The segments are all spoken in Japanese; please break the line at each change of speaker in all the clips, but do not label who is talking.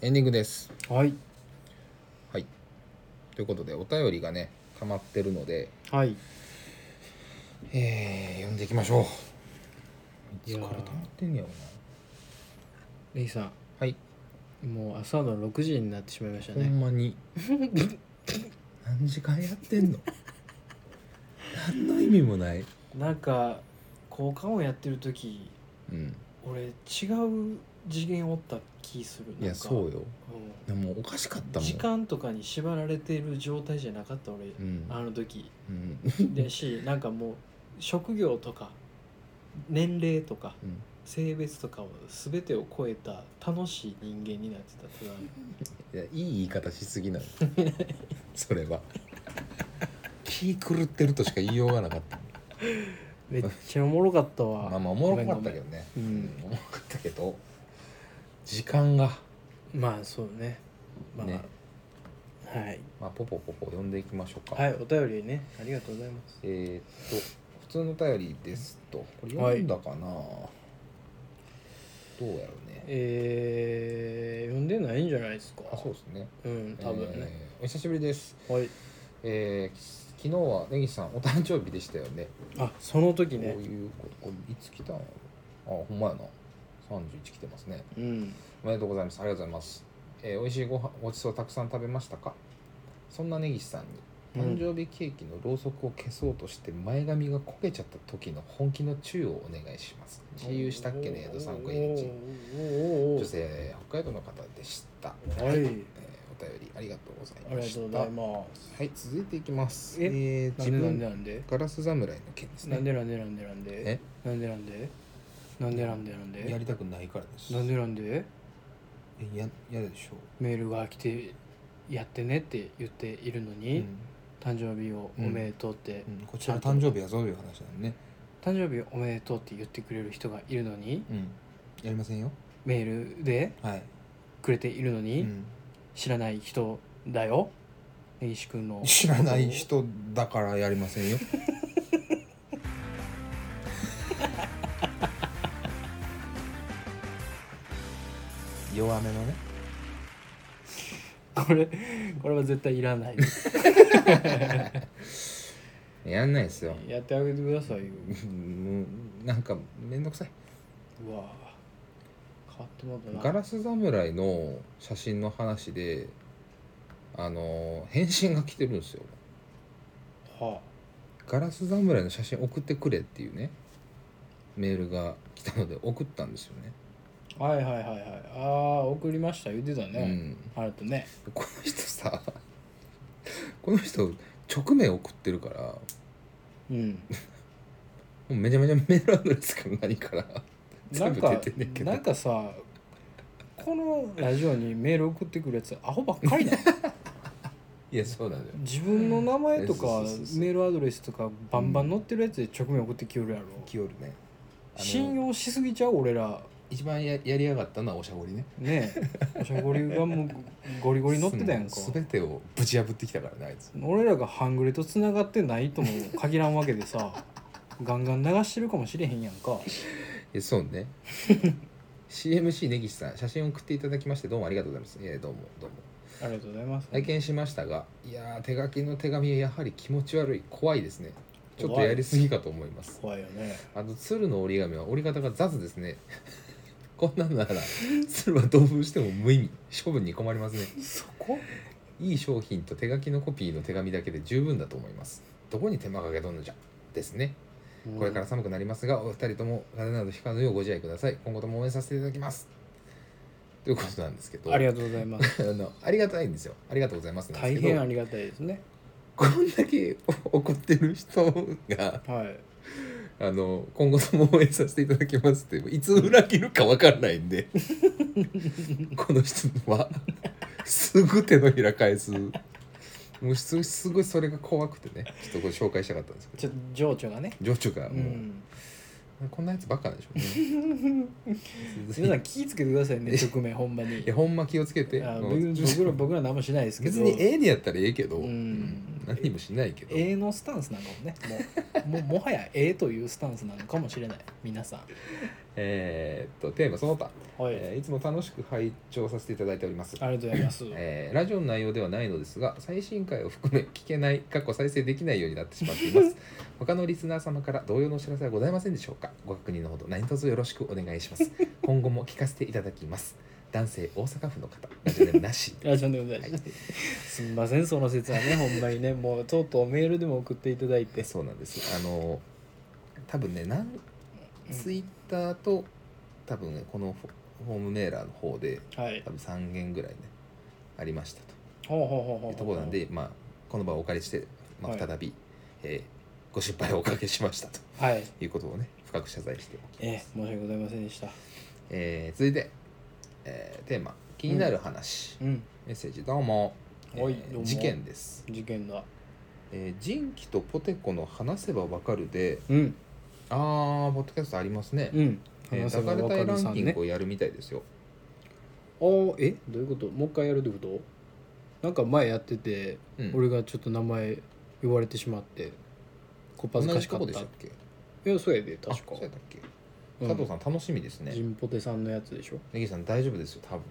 エンディングです
はい
はいということでお便りがね溜まってるので、
はい
えー、読んでいきましょうい
い
つ
やー
から溜まってんねやろな
レイさ
はい、
んもう朝の6時になってしまいました
ほ
ね
んま に何時間やってんの何の意味もない
なんか効果音やってる時
うん
俺違う次元おった気するなんか
いやそうよ
う
でもおかしかっ
ん
たもん
時間とかに縛られてる状態じゃなかった俺、
うん
あの 時
うん
でしなんかもう職業とか年齢とか
うん
性別とかを全てを超えた楽しい人間になってたただ
いやいい言い方しす ぎなのそれは気狂ってるとしか言いようがなかった
めっちゃおもろかったわ
まあまあおもろかったけどね、
ごめんご
う
めん
んおもろかったけど時間が、
まあそうねまあ、
ね
はい
まあ、ポポポポ読んでいきましょうか、
はいお便りねありがとうございます
えーっと普通のお便りですとこれ読んだかな、どうやろうね
えー、読んでないんじゃないですか
あそうですね
うん多分ね、
えーお久しぶりです
はい
えー、き昨日は根岸さんお誕生日でしたよね
あその時
こう
ね
いうことこれいつ来たのあほんまやな31来てますね
うん
おめでとうございますありがとうございます、えー、美味しいご飯ごちそうたくさん食べましたかそんな根岸さんに
うん
誕生日ケーキのろうそくを消そうとして前髪が焦げちゃった時の本気の注意をお願いします自由したっけね江戸さんこえち
おーおーおーおー
女性北海道の方でした
は
え
い
ーお便りありがとうござい
あ
ま
りが
し
とうご
た
ざいます
はい続いていきます
え
えー
な
自
んで
分
なんでなんで
ガラス侍の件です
なん
ね
でなんでなんでなんで
え
なんでなんでなんでなんでなんで
やりたくないからです
なんでなんで
えややだでしょ
メールが来てやってねって言っているのに、誕生日をおめでとうって、
うん、こっちの誕生日やぞという話なんでね、
誕生日おめでとうって言ってくれる人がいるのに
うん、やりませんよ
メールで
はい、
くれているのに、
うん、
知らない人だよ根岸君の
知らない人だからやりませ んよ弱めのね
これこれは絶対いらないです
やんないですよ
やってあげてくださいよ
もうなんかめんどくさいう
わ変わってもらった
ガ
な
ラス侍の写真の話であの返信が来てるんですよ
は
ガラス侍の写真送ってくれっていうねメールが来たので送ったんですよね
あ、はいはいはいはいああ送りました言ってたね、あれとね
うん、この人さこの人直名送ってるからも
うん
うめちゃめちゃメールアドレスから何から
な
全
ん
部
か
出てんねんけど
なんかさこのラジオにメール送ってくるやつアホばっかりなの
いやそうなんだよ
自分の名前とか
そうそうそうそう
メールアドレスとかバンバン載ってるやつで直面送ってきよるやろ
きよるねあの
信用しすぎちゃう俺ら
一番ややりやがったのはおしゃごりね
ね えおしゃごりがもうゴリゴリ乗ってたやんか
す全てをぶち破ってきたからねあいつ
俺らが半グレと繋がってないとも限らんわけでさガンガン流してるかもしれへんやんか
えそう ね CMC 根岸さん写真送っていただきましてどうもありがとうございますいやどうもどうも
ありがとうございます
拝見しましたがいやー手書きの手紙はやはり気持ち悪い怖いですねちょっと
怖い
やりすぎかと思います
怖いよね
あと鶴の折り紙は折り方が雑ですね こんなんなら鶴は同封しても無意味処分に困りますね
そこ
いい商品と手書きのコピーの手紙だけで十分だと思いますどこに手間かけとんのじゃですねこれから寒くなりますがお二人とも風邪などひかぬようご自愛ください今後とも応援させていただきますということ なんですけど
ありがとうございます
あのありがたいんですよありがとうございますなんです
大
けど
変ありがたいですね
こんだけ怒ってる人が
はい
あの今後とも応援させていただきますっていつ裏切るか分からないん でこの人はすぐ手のひら返すもうすすごいそれが怖くてねちょっとご紹介したかったんですけど
ちょっと情緒がね
情緒が
う
もう、
ん
こんなやつばっかなんでしょう
皆さん
ね
気ぃつけてくださ いね直面ほんまに
いやほんま気をつけて
あ
うん
僕僕ら僕ら何もしないですけど
別にええにやったらええけど、
うん
うん何もしないけど、
A のスタンスなのねもうももはや A というスタンスなのかもしれない皆さん
えーっとテーマその他、
はい、
えーいつも楽しく拝聴させていただいております
ありがとうございます、
えーラジオの内容ではないのですが最新回を含め聞けない過去再生できないようになってしまっています他のリスナー様から同様のお知らせはございませんでしょうかご確認のほど何卒よろしくお願いします今後も聞かせていただきます男性大阪府の方ラジオネームなし
ラジオでございます、すみませんその説 はねほんまにねもうとうとうメールでも送っていただいて
そうなんですあの多分ねなんツイッターと多分ねこのフォホームメーラーの方で
はい
多分3件ぐらいねありましたと
ほうほうほうほうほ
いううところなんで、まあ、この場をお借りして、まあ、
はい
再び、えーご失敗をおかけしましたと
はい
いうことをね深く謝罪しておき
え
ま
え
す、
申し訳ございませんでした
えー続いて、えーテーマ「気になる話」
うん
メッセージどうも,、えー
はいどうも
事件です、
事件だ
えー人気とポテコの「話せばわかるで
うん」
あーポッドキャストありますね、
うん
えー、
せ
抱か
ば
れた
わか
い
る
ラ
さ
ン
ん
キン
ね
グをやるみたいですよ、
あーえどういうこともう一回やるってことなんか前やってて、
うん、
俺がちょっと名前言われてしまってこっぱず
同
か
じ
しか
と
った
こでしたっけ
いやそうやで
あ
確
そう
か
やったっけ、佐藤さん楽しみですね
ジンポテさんのやつでしょ
ネギさん大丈夫ですよ多分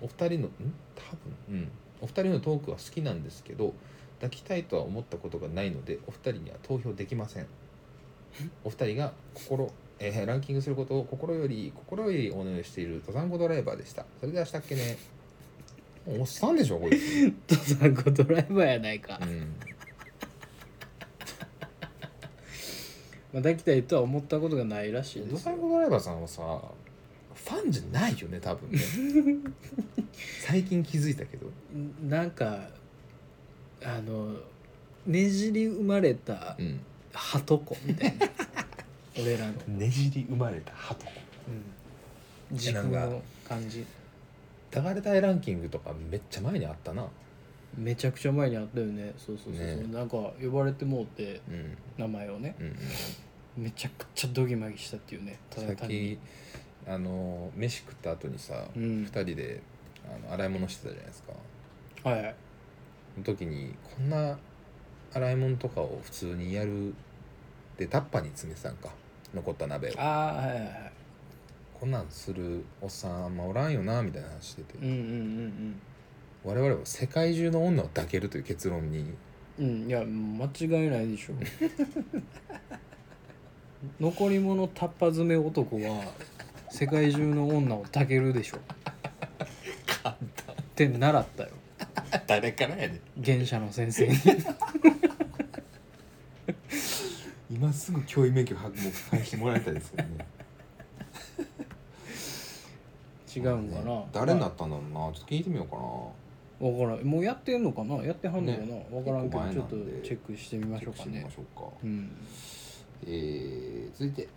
お二人のん多分うんお二人のトークは好きなんですけど抱きたいとは思ったことがないのでお二人には投票できませんお二人が心、えーランキングすることを心より心よりお願いしている登山コドライバーでしたそれではしたっけねもうおっさんでしょこいつ、
とさんこドライバーやないか、
う
ま
ん、
あ、抱きたいとは思ったことがないらしいで
登
すよ
山コドライバーさんはさファンじゃないよね多 分ね最近気づいたけど
なんかあのねじり生まれた
うん
ハトコみた いな俺らの、
ねじり生まれた鳩
うん、軸の感じ
抱かれたいランキングとかめっちゃ前にあったな
めちゃくちゃ前にあったよねそうそうそうそう、
ね
なんか呼ばれてもうて
うん
名前をね
うん
めちゃくちゃドギマギしたっていうねた
さ
だ
っ
単に
きあの飯食った後にさ、
う
二
ん
2人であの洗い物してたじゃないですか
はいはい
その時にこんな洗い物とかを普通にやるでタッパーに詰めてたんか残った鍋を
ああはいはいはい
こんなんするおっさんあんまおらんよなみたいな話してて、
うんうん
我々は世界中の女を抱けるという結論に
うんうんうんいや間違いないでし ょ残り物タッパ詰め男は世界中の女を抱けるでしょって習ったよ
誰からやね
原社の先生に
今すぐ教員免許発行してもらいたいですよね
違うんかな、
ね誰になったんだろうなちょっと聞いてみようかな
分からんもうやってんのかなやってはんのかな、
ね
分からんけどち
結
ょ
構
っと
前なんで
チェックしてみましょう
チェックし
か
てみ
ね
ましょうか
うん
えー続いて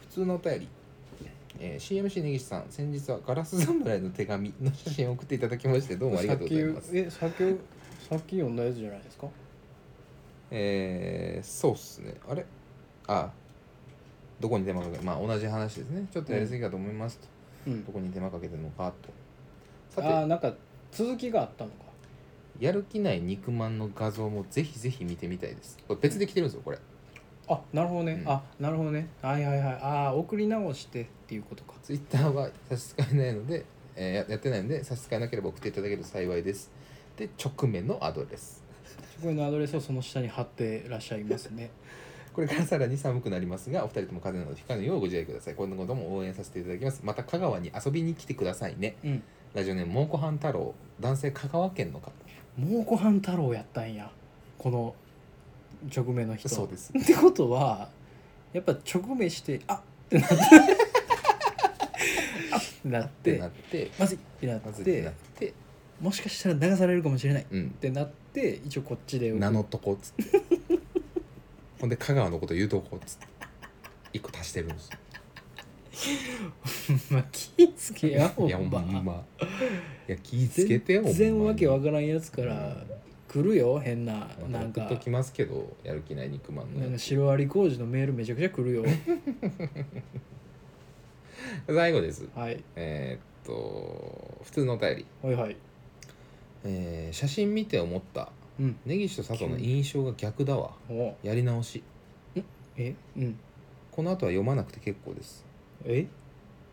普通のお便り、えー、CMC 根岸さん先日はガラス侍の手紙の写真を送っていただきましてどうもありがとうございます
さっきえさっきさっき読んだやつじゃないですか
えーそうっすねあれあどこに手間かけまあ同じ話ですねちょっとやりすぎかと思いますと、
うん
どこに手間かけてるのかと
あ
さ
あー
て
なんか続きがあったのか
やる気ない肉まんの画像もぜひぜひ見てみたいですこれ別で来てるんですよこれ
あなるほどね、
うん
あなるほどねはいはいはいああ送り直してっていうことか
ツイッターは差し支えないので、えーややってないので差し支えなければ送っていただけると幸いですで直面のアドレス
そこのアドレスをその下に貼ってらっしゃいますね
これからさらに寒くなりますがお二人とも風邪などひかぬようご自愛ください今後とも応援させていただきますまた香川に遊びに来てくださいね
うん
ラジオネーム蒙古半太郎男性香川県の方
蒙古半太郎やったんやこの直名の人
そうです
ってことはやっぱ直面して あっってなっ
ってて
あ
な
っ
ってて
なってまずいってなっ
まず
て
なって
もしかしたら流されるかもしれないっ
うん
てなって一応こっちで
名のとこっつってほんで香川のこと言うとこっつって一個足してるんです
まあ気ぃつけやほ
いやほ
ん
んま
ま
いや気ぃつけてよ
全然わけわ
か
からんやつから来るよ変ななん
送
か
っときますけどやる気ない肉まん
なん
の
かシロアリ工事のメールめちゃくちゃ来るよ
最後です
はい
えーっと普通のお便り、
はいはい
えー写真見て思った
うん
根岸と佐藤の印象が逆だわ
お
やり直し
えうん
この後は読まなくて結構です
え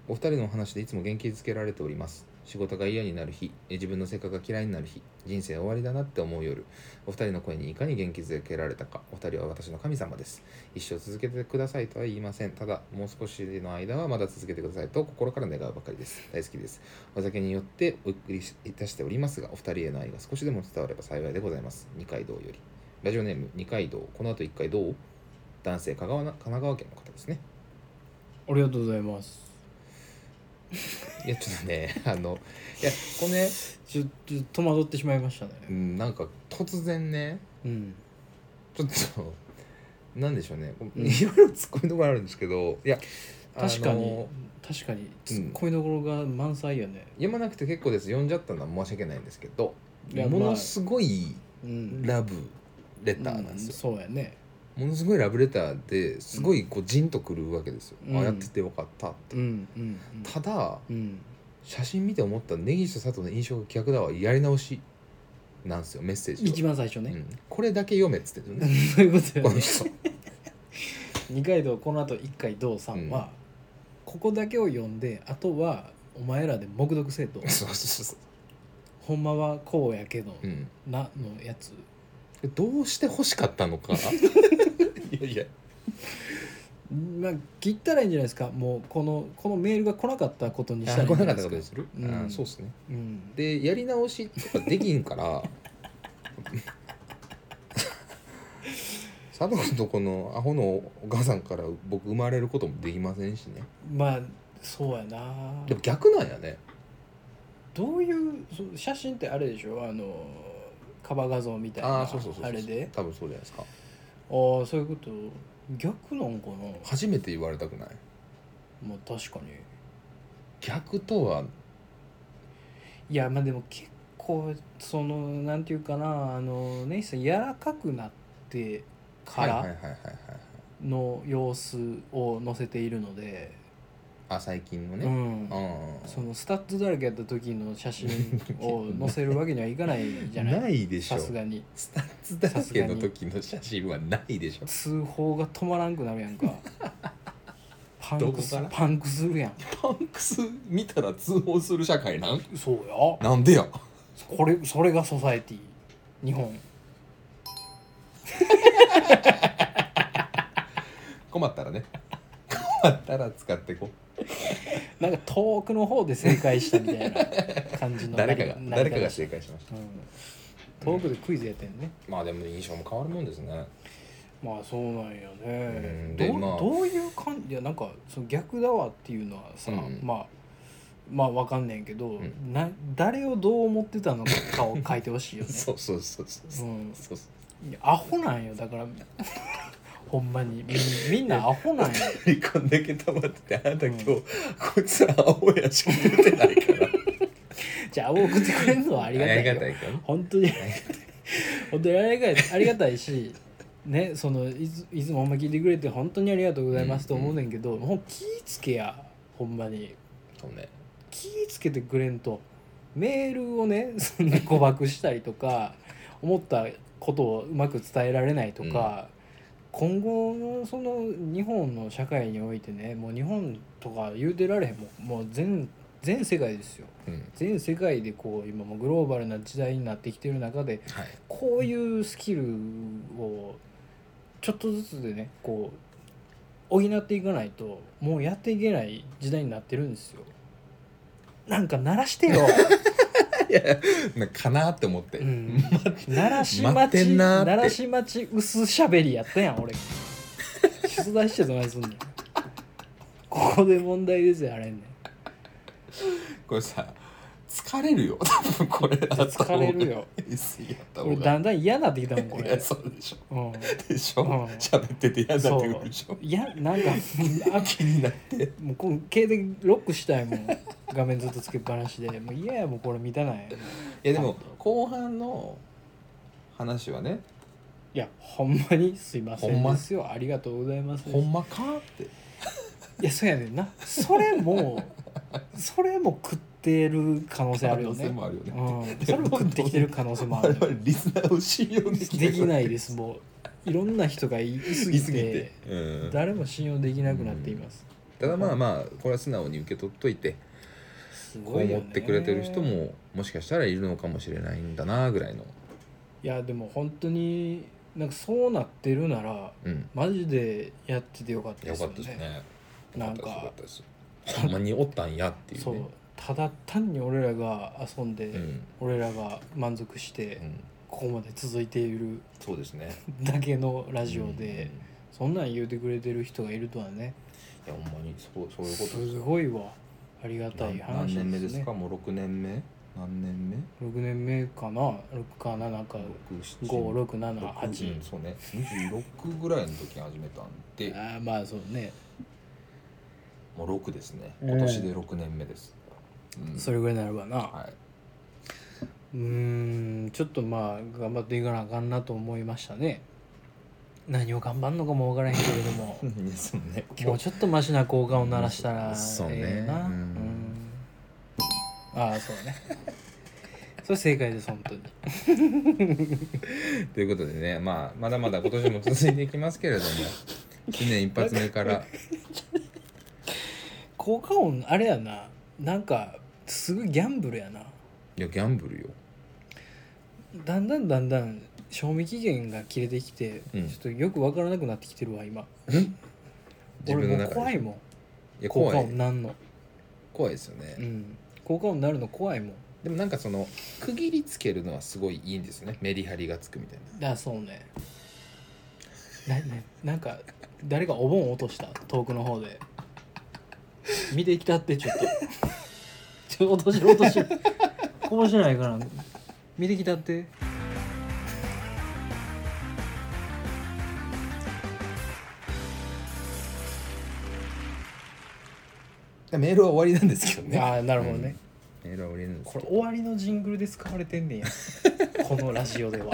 お二人のお話でいつも元気づけられております仕事が嫌になる日え自分の性格が嫌いになる日人生終わりだなって思う夜お二人の声にいかに元気づけられたかお二人は私の神様です一生続けてくださいとは言いませんただもう少しの間はまだ続けてくださいと心から願うばかりです大好きですお酒によってお送りいたしておりますがお二人への愛が少しでも伝われば幸いでございます二階堂よりラジオネーム二階堂この後一階堂男性香川な神奈川県の方ですね
ありがとうございます
いやちょっとね あのいやこれね
ちょっと戸惑ってしまいましたね
うんなんか突然ね
うん
ちょっとなんでしょうね
うん
いろいろ突っ込みどころあるんですけどいや
確か
あ
に
の
確かにツッコミどころが満載やね、
読まなくて結構です読んじゃったのは申し訳ないんですけど
いや
も
ま
の
あ
すごい
うん
ラブレターなんですよ、
うんそうやね
ものすごいラブレターですごいこうジンとくるわけですよ、
うん
あやっててよかったって、
うんうん
ただ
うんうん
写真見て思った根岸と佐藤の印象が逆だわやり直しなんですよメッセージは
一番最初
う
ね、
ん、これだけ読めっつってるね
そういう こと
こ
や
の
ね
人
二階堂この後一階堂さんは、
うん
ここだけを読んであとはお前らで黙読せえ と
そうそうそう
ほんまはこうやけど、
そう、うん、
なのやつ
どうして欲しかったのかいやいや
まあ切ったらいいんじゃないですかもうこのこのメールが来なかったことにしたらいい
来
んじ
な
ゃ
か
な
っ
い
た
で
こ
す
と
か
にする、
うん
あーそうっすね
うん
でやり直しとかできんから 佐藤君とこのアホのお母さんから僕生まれることもできませんしね
まあそうやな
でも逆なんやね
どういうそう写真ってあれでしょあのカバー画像みたいな
ああそうそうそうそう
あれで
多分そうじゃないですか
ああそういうこと逆なんかな
初めて言われたくない
まあ確かに
逆とはい
やまあでも結構そのなんていうかなあのネイさん柔らかくなってか
はいはいはい
ら
はいはいはい
の様子を載せているので、
あ最近の
う
ね、
ん
ああ
そのスタッドだらけやった時の写真を載せるわけにはいかないじゃない
ないでしょ
さすがに
スタッツだらけの時の写真はないでしょ
通報が止まらんくなるやん かパン
ど
ク
こ
す
から
パンクするやん
パンクス見たら通報する社会なん
そうよ
なんでや
これそれがソサエティ日本
困ったらね困ったら使ってこ
なんか遠くの方で正解したみたいな感じ
う
の
誰かが
な
誰かが
なり方し
正解しました
うん遠くでクイズやってんね、
たまあでも印象も変わるもんですね
まあそうなんよ
う
ね
ん
ど
で
う
まあ
どういう感じいやなんかその逆だわっていうのはさ、
うん
まあまあわかんねんけど、
ん
な誰をどう思ってたのかを書いてほしいよね
そうそうそうそうそううんそうそう
いやアホなんよだから ほんまにみんみんなアホなんよ
こんだけ溜まっててあなた今日、
う
こいつら青やしか出てない から
じゃあ青送ってくれるのはありがたいよ
からね
本当に本当にありがたいありがたいしねそのいついつもほんま聞いてくれて本当にありがとうございますと思うねんけど、もう気ぃつけやほんまに
そうね
気ぃつけてくれんとメールをね そんな誤爆したりとか思ったことをうまく伝えられないとか、今後のその日本の社会においてねもう日本とか言うてられへんもうもう全全世界ですよ
うん
全世界でこう今もうグローバルな時代になってきてる中で
はい
こういうスキルをちょっとずつでねこう補っていかないともうやっていけない時代になってるんですよ。なんか鳴らし てよ、
なんかかなって思って、
うん、鳴らし
待
待
って
ち
んなーっ
鳴
て
らし待ち薄しゃべりやったやん俺出題してどないすんねんここで問題ですよあれね
これさ疲れるよ多分これ
疲れるよ
やった方
俺
が
だんだん嫌になってきたもん
い
こ
や
れ、
そうでしょ
うん、
でしょ
うん
喋、ってて嫌だって言うでしょ
いやなんかあ
気になって
もうこの携帯ロックしたいもん画面ずっとつけっぱなし でもう嫌やもうこれ見たない
いやでも後半の話はね
いやほんまにすいませ
ほん
ん
ま
ですよありがとうございます
ほんまかって
いやそうやねんなそ れもそれも食ってる可能性あるよ
可能性
ね
もあるよね
うん、それも食ってきてる可能性もあ
我
る
々リスナーを信用でき
できないですもういろんな人がいいす
言い
ぎ
過ぎて
て
うん
誰も信用できなくなっています、
ただまあまあこれは素直に受け取っといて
す
こう
ごいよ、ね、
思ってくれてる人ももしかしたらいるのかもしれないんだなぐらいの
いやでも本当になんかそうなってるなら
うん
マジでやっててよかったで
よ
す
か
よ
った
ね
ですね
なん
よ
か
かったですよかったですほんまにおったんやっていう
そう
ね
ただ単に俺らが遊んで、
うん
俺らが満足して、
うん
ここまで続いている
そうですね
だけのラ
ラ
ジオで、そんなん言うてくれてる人がいるとはね
いやほんまにそうそういうことです
す
よ
ごいわありがたい
な何
話
年目
で
ですす
ね
かもう6年目何年目
6年目かな6か7か
六七六うん
5678
そうね26ぐらいの時に始めたんで
ああまあそうね
もう6ですね
うん
今年で6年目です、うん
それぐらいになればな、
はいう
ーんちょっとまあ頑張っていかなあかんなと思いましたね何を頑張んのかもわからへんけれど も
いやそうね
もうちょっとマシな効果を鳴らしたら
そうね
ええな、
うん
うんああそうね それ正解です本当に
ということでね、まあ、まだまだ今年も続いていきますけれど も新年一発目から
効果音あれやななんかすごいギャンブルやない
やギャンブルよ
だんだんだんだん賞味期限が切れてきて、
うん
ちょっとよくわからなくなってきてるわ今
自
俺
分の
もう
中で
怖いもん
いや
効
怖
果
い
音なんの
怖いですよ
う
ね、
ん効果音なるの怖いもん
でもなんかその区切りつけるのはすごいいいんですよねメリハリがつくみたい
だそうねなななんか誰かお盆落とした遠くの方で見てきたってちょっとちょ落としろ落としろこぼしてないから見てきたって
なメールは終わりなんですけどね
ああなるほどね、
メールは終わりなんです
こ
け
れ
ど
終わりのジングルで使われてんねんやこのラジオでは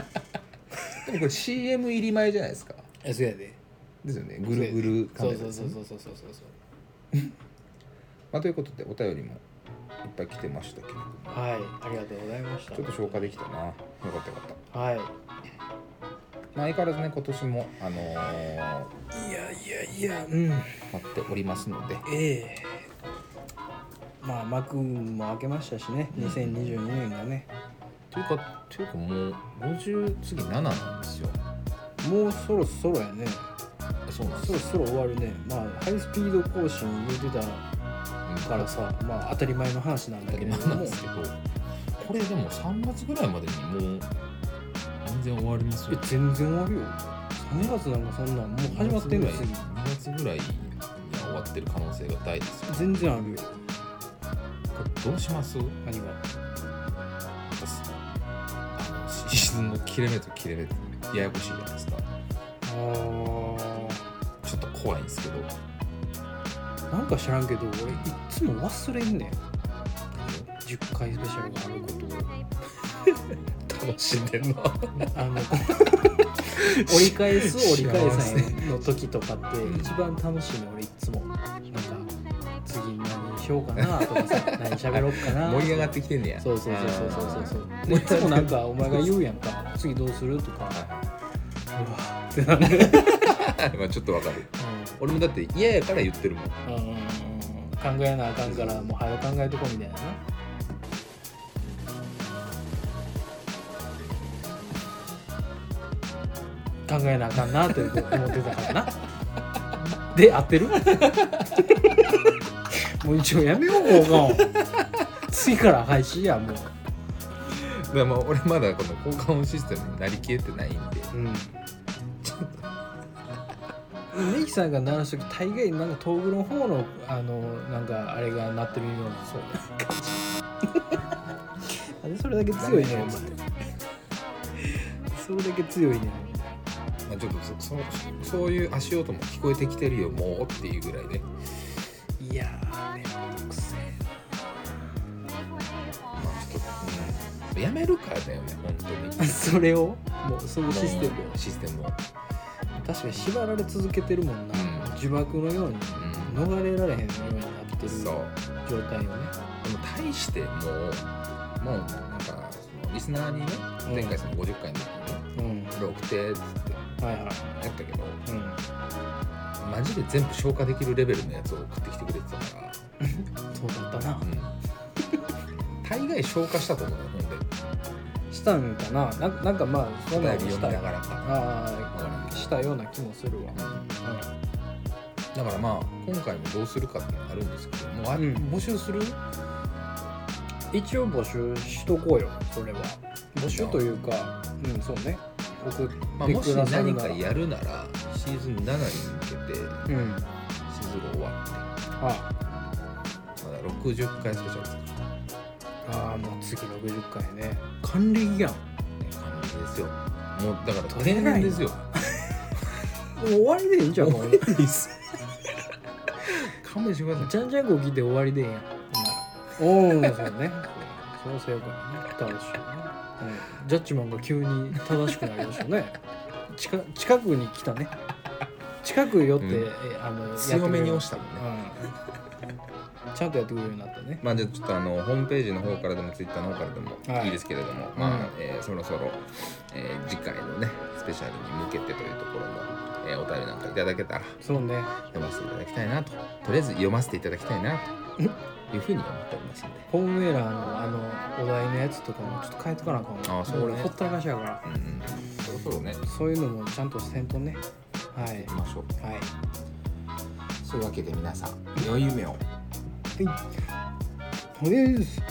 でもこれ CM 入り前じゃないですか
えそうやで
ですよねぐるぐるカ
そ
メ
う
ラ
そう
です
そ
ね
うそうそうそうそう
まあということでお便りもいっぱい来てましたけれども
はいありがとうございました
ちょっと消化できたなよかったよかった
はい
まあ相変わらずね今年もあのー
いやいやいやうん
待っておりますので
ええまあ幕も開けましたしね
うん
2022年がね、
というかというかもう50次7なんですよ
もうそろそろやね
そうなんです
そろそろ終わるねまあハイスピード更新言うてた
か
かららさまあ当たり前の話なんだ
当た
け
り
れ
前
ど
なん
も
ですけどこれでも3月ぐらいまでにもう全然終わります
え
よ
全然終わるよ3月なんかそんなんもう始まってんの次
2月ぐらいには終わってる可能性が大ですよ
全然あるよ
どうします
何が
あのシーズンの切れ目と切れ目ってややこしいじゃないですか
あ
ちょっと怖いんですけど
ーなんか知らんけど俺いっつも忘れんねん10回スペシャルがあることを
楽しんでんな
あの 折り返す折り返さへんの時とかって
うん
一番楽しいの俺いつもなんか次何しようかな とかさ何喋ろうかな
盛り上がってきてんねや
そうそうそうそうそうそうそう
あー
でいつもなんかお前が言うやんか次どうするとかうわー ってなる
まあちょっとわかる俺もだって嫌やから言ってるもん
うんうんうんうん考えなあかんからもう早く考えてこみたいなな考えなあかんなって思ってたからなで合ってるもう一応やめようもう次から配信やもう
だからまあ俺まだこの交換音システムになりきれてないんで
うんネギさんが鳴らす時大概なんか東軍の方のあのなんかあれが鳴ってるようなそうあ れそれだけ強いねお前それだけ強いね
まあ、ちょっとそそそういう足音も聞こえてきてるよもうっていうぐらいで
いやーめんどくせ
まあちょっと、うん、やめるからだよね本当に
えそれをもうそのシステム
もうシステムを
確かに縛られ続けてるもんな、
うん
呪縛のように
うん
逃れられへんようになってる
そう
状態をね
でも対してもうもうなんかそのリスナーにね
うん
前回その50回の時にね「
うん
これ送って」っつって
はいはい
やったけど
うん
マジで全部消化できるレベルのやつを買ってきてくれてたから、
そうだったな
うん、大概消化したと思うよほんで
したんかなななんかまあそ
お
んな
便
の
り
し
読
た
み
よ
ながらかわ
あ
からん
あ
けど
したような気もするわ、
うんだからまあ今回もどうするかってのあるんですけどもうあ、
うん
募集する
一応募集しとこうよそれは募集というかうんそうね送っ
まあ、
て
もし
くださる
何
な、
からやるならシーズン7に向けて
うん
シーズン終わって
あ
まだ60回スペシャルですか
あーもう次60回ね還暦やん
らね完璧ですよもうだから
取れ
定
ない
年
な
ですよ
もう終わりでいいんじゃん もう
終わりです勘弁してください
じゃんじゃんこ聞いて終わりでいいやんおおそうねそのせいからね正しいね、うん、ジャッジマンが急に正しくなりましたね 近近くに来たね近く寄って、
うん
えあの、
強めに押したたもんね
うん、ちゃんとやってくれるようになったね
まあじゃあちょっとあのホームページの方からでもツイッターの方からで
は
も
い
いいですけれども、
うん
まあ、えーそろそろ、えー次回のねスペシャルに向けてというところも、えーお便りなんかいただけたら
そうね
読ませていただきたいなととりあえず読ませていただきたいなというふうに思っておりますので。
ホームエラーのあのお題のやつとかもちょっと変えとかなあかんわ
あーそうね
俺ほったらかしやから
うんうんそろそろね
そういうのもちゃんとせんとねはい
行きましょう
はい
そういうわけで皆さん良い夢を
はい。とりあえず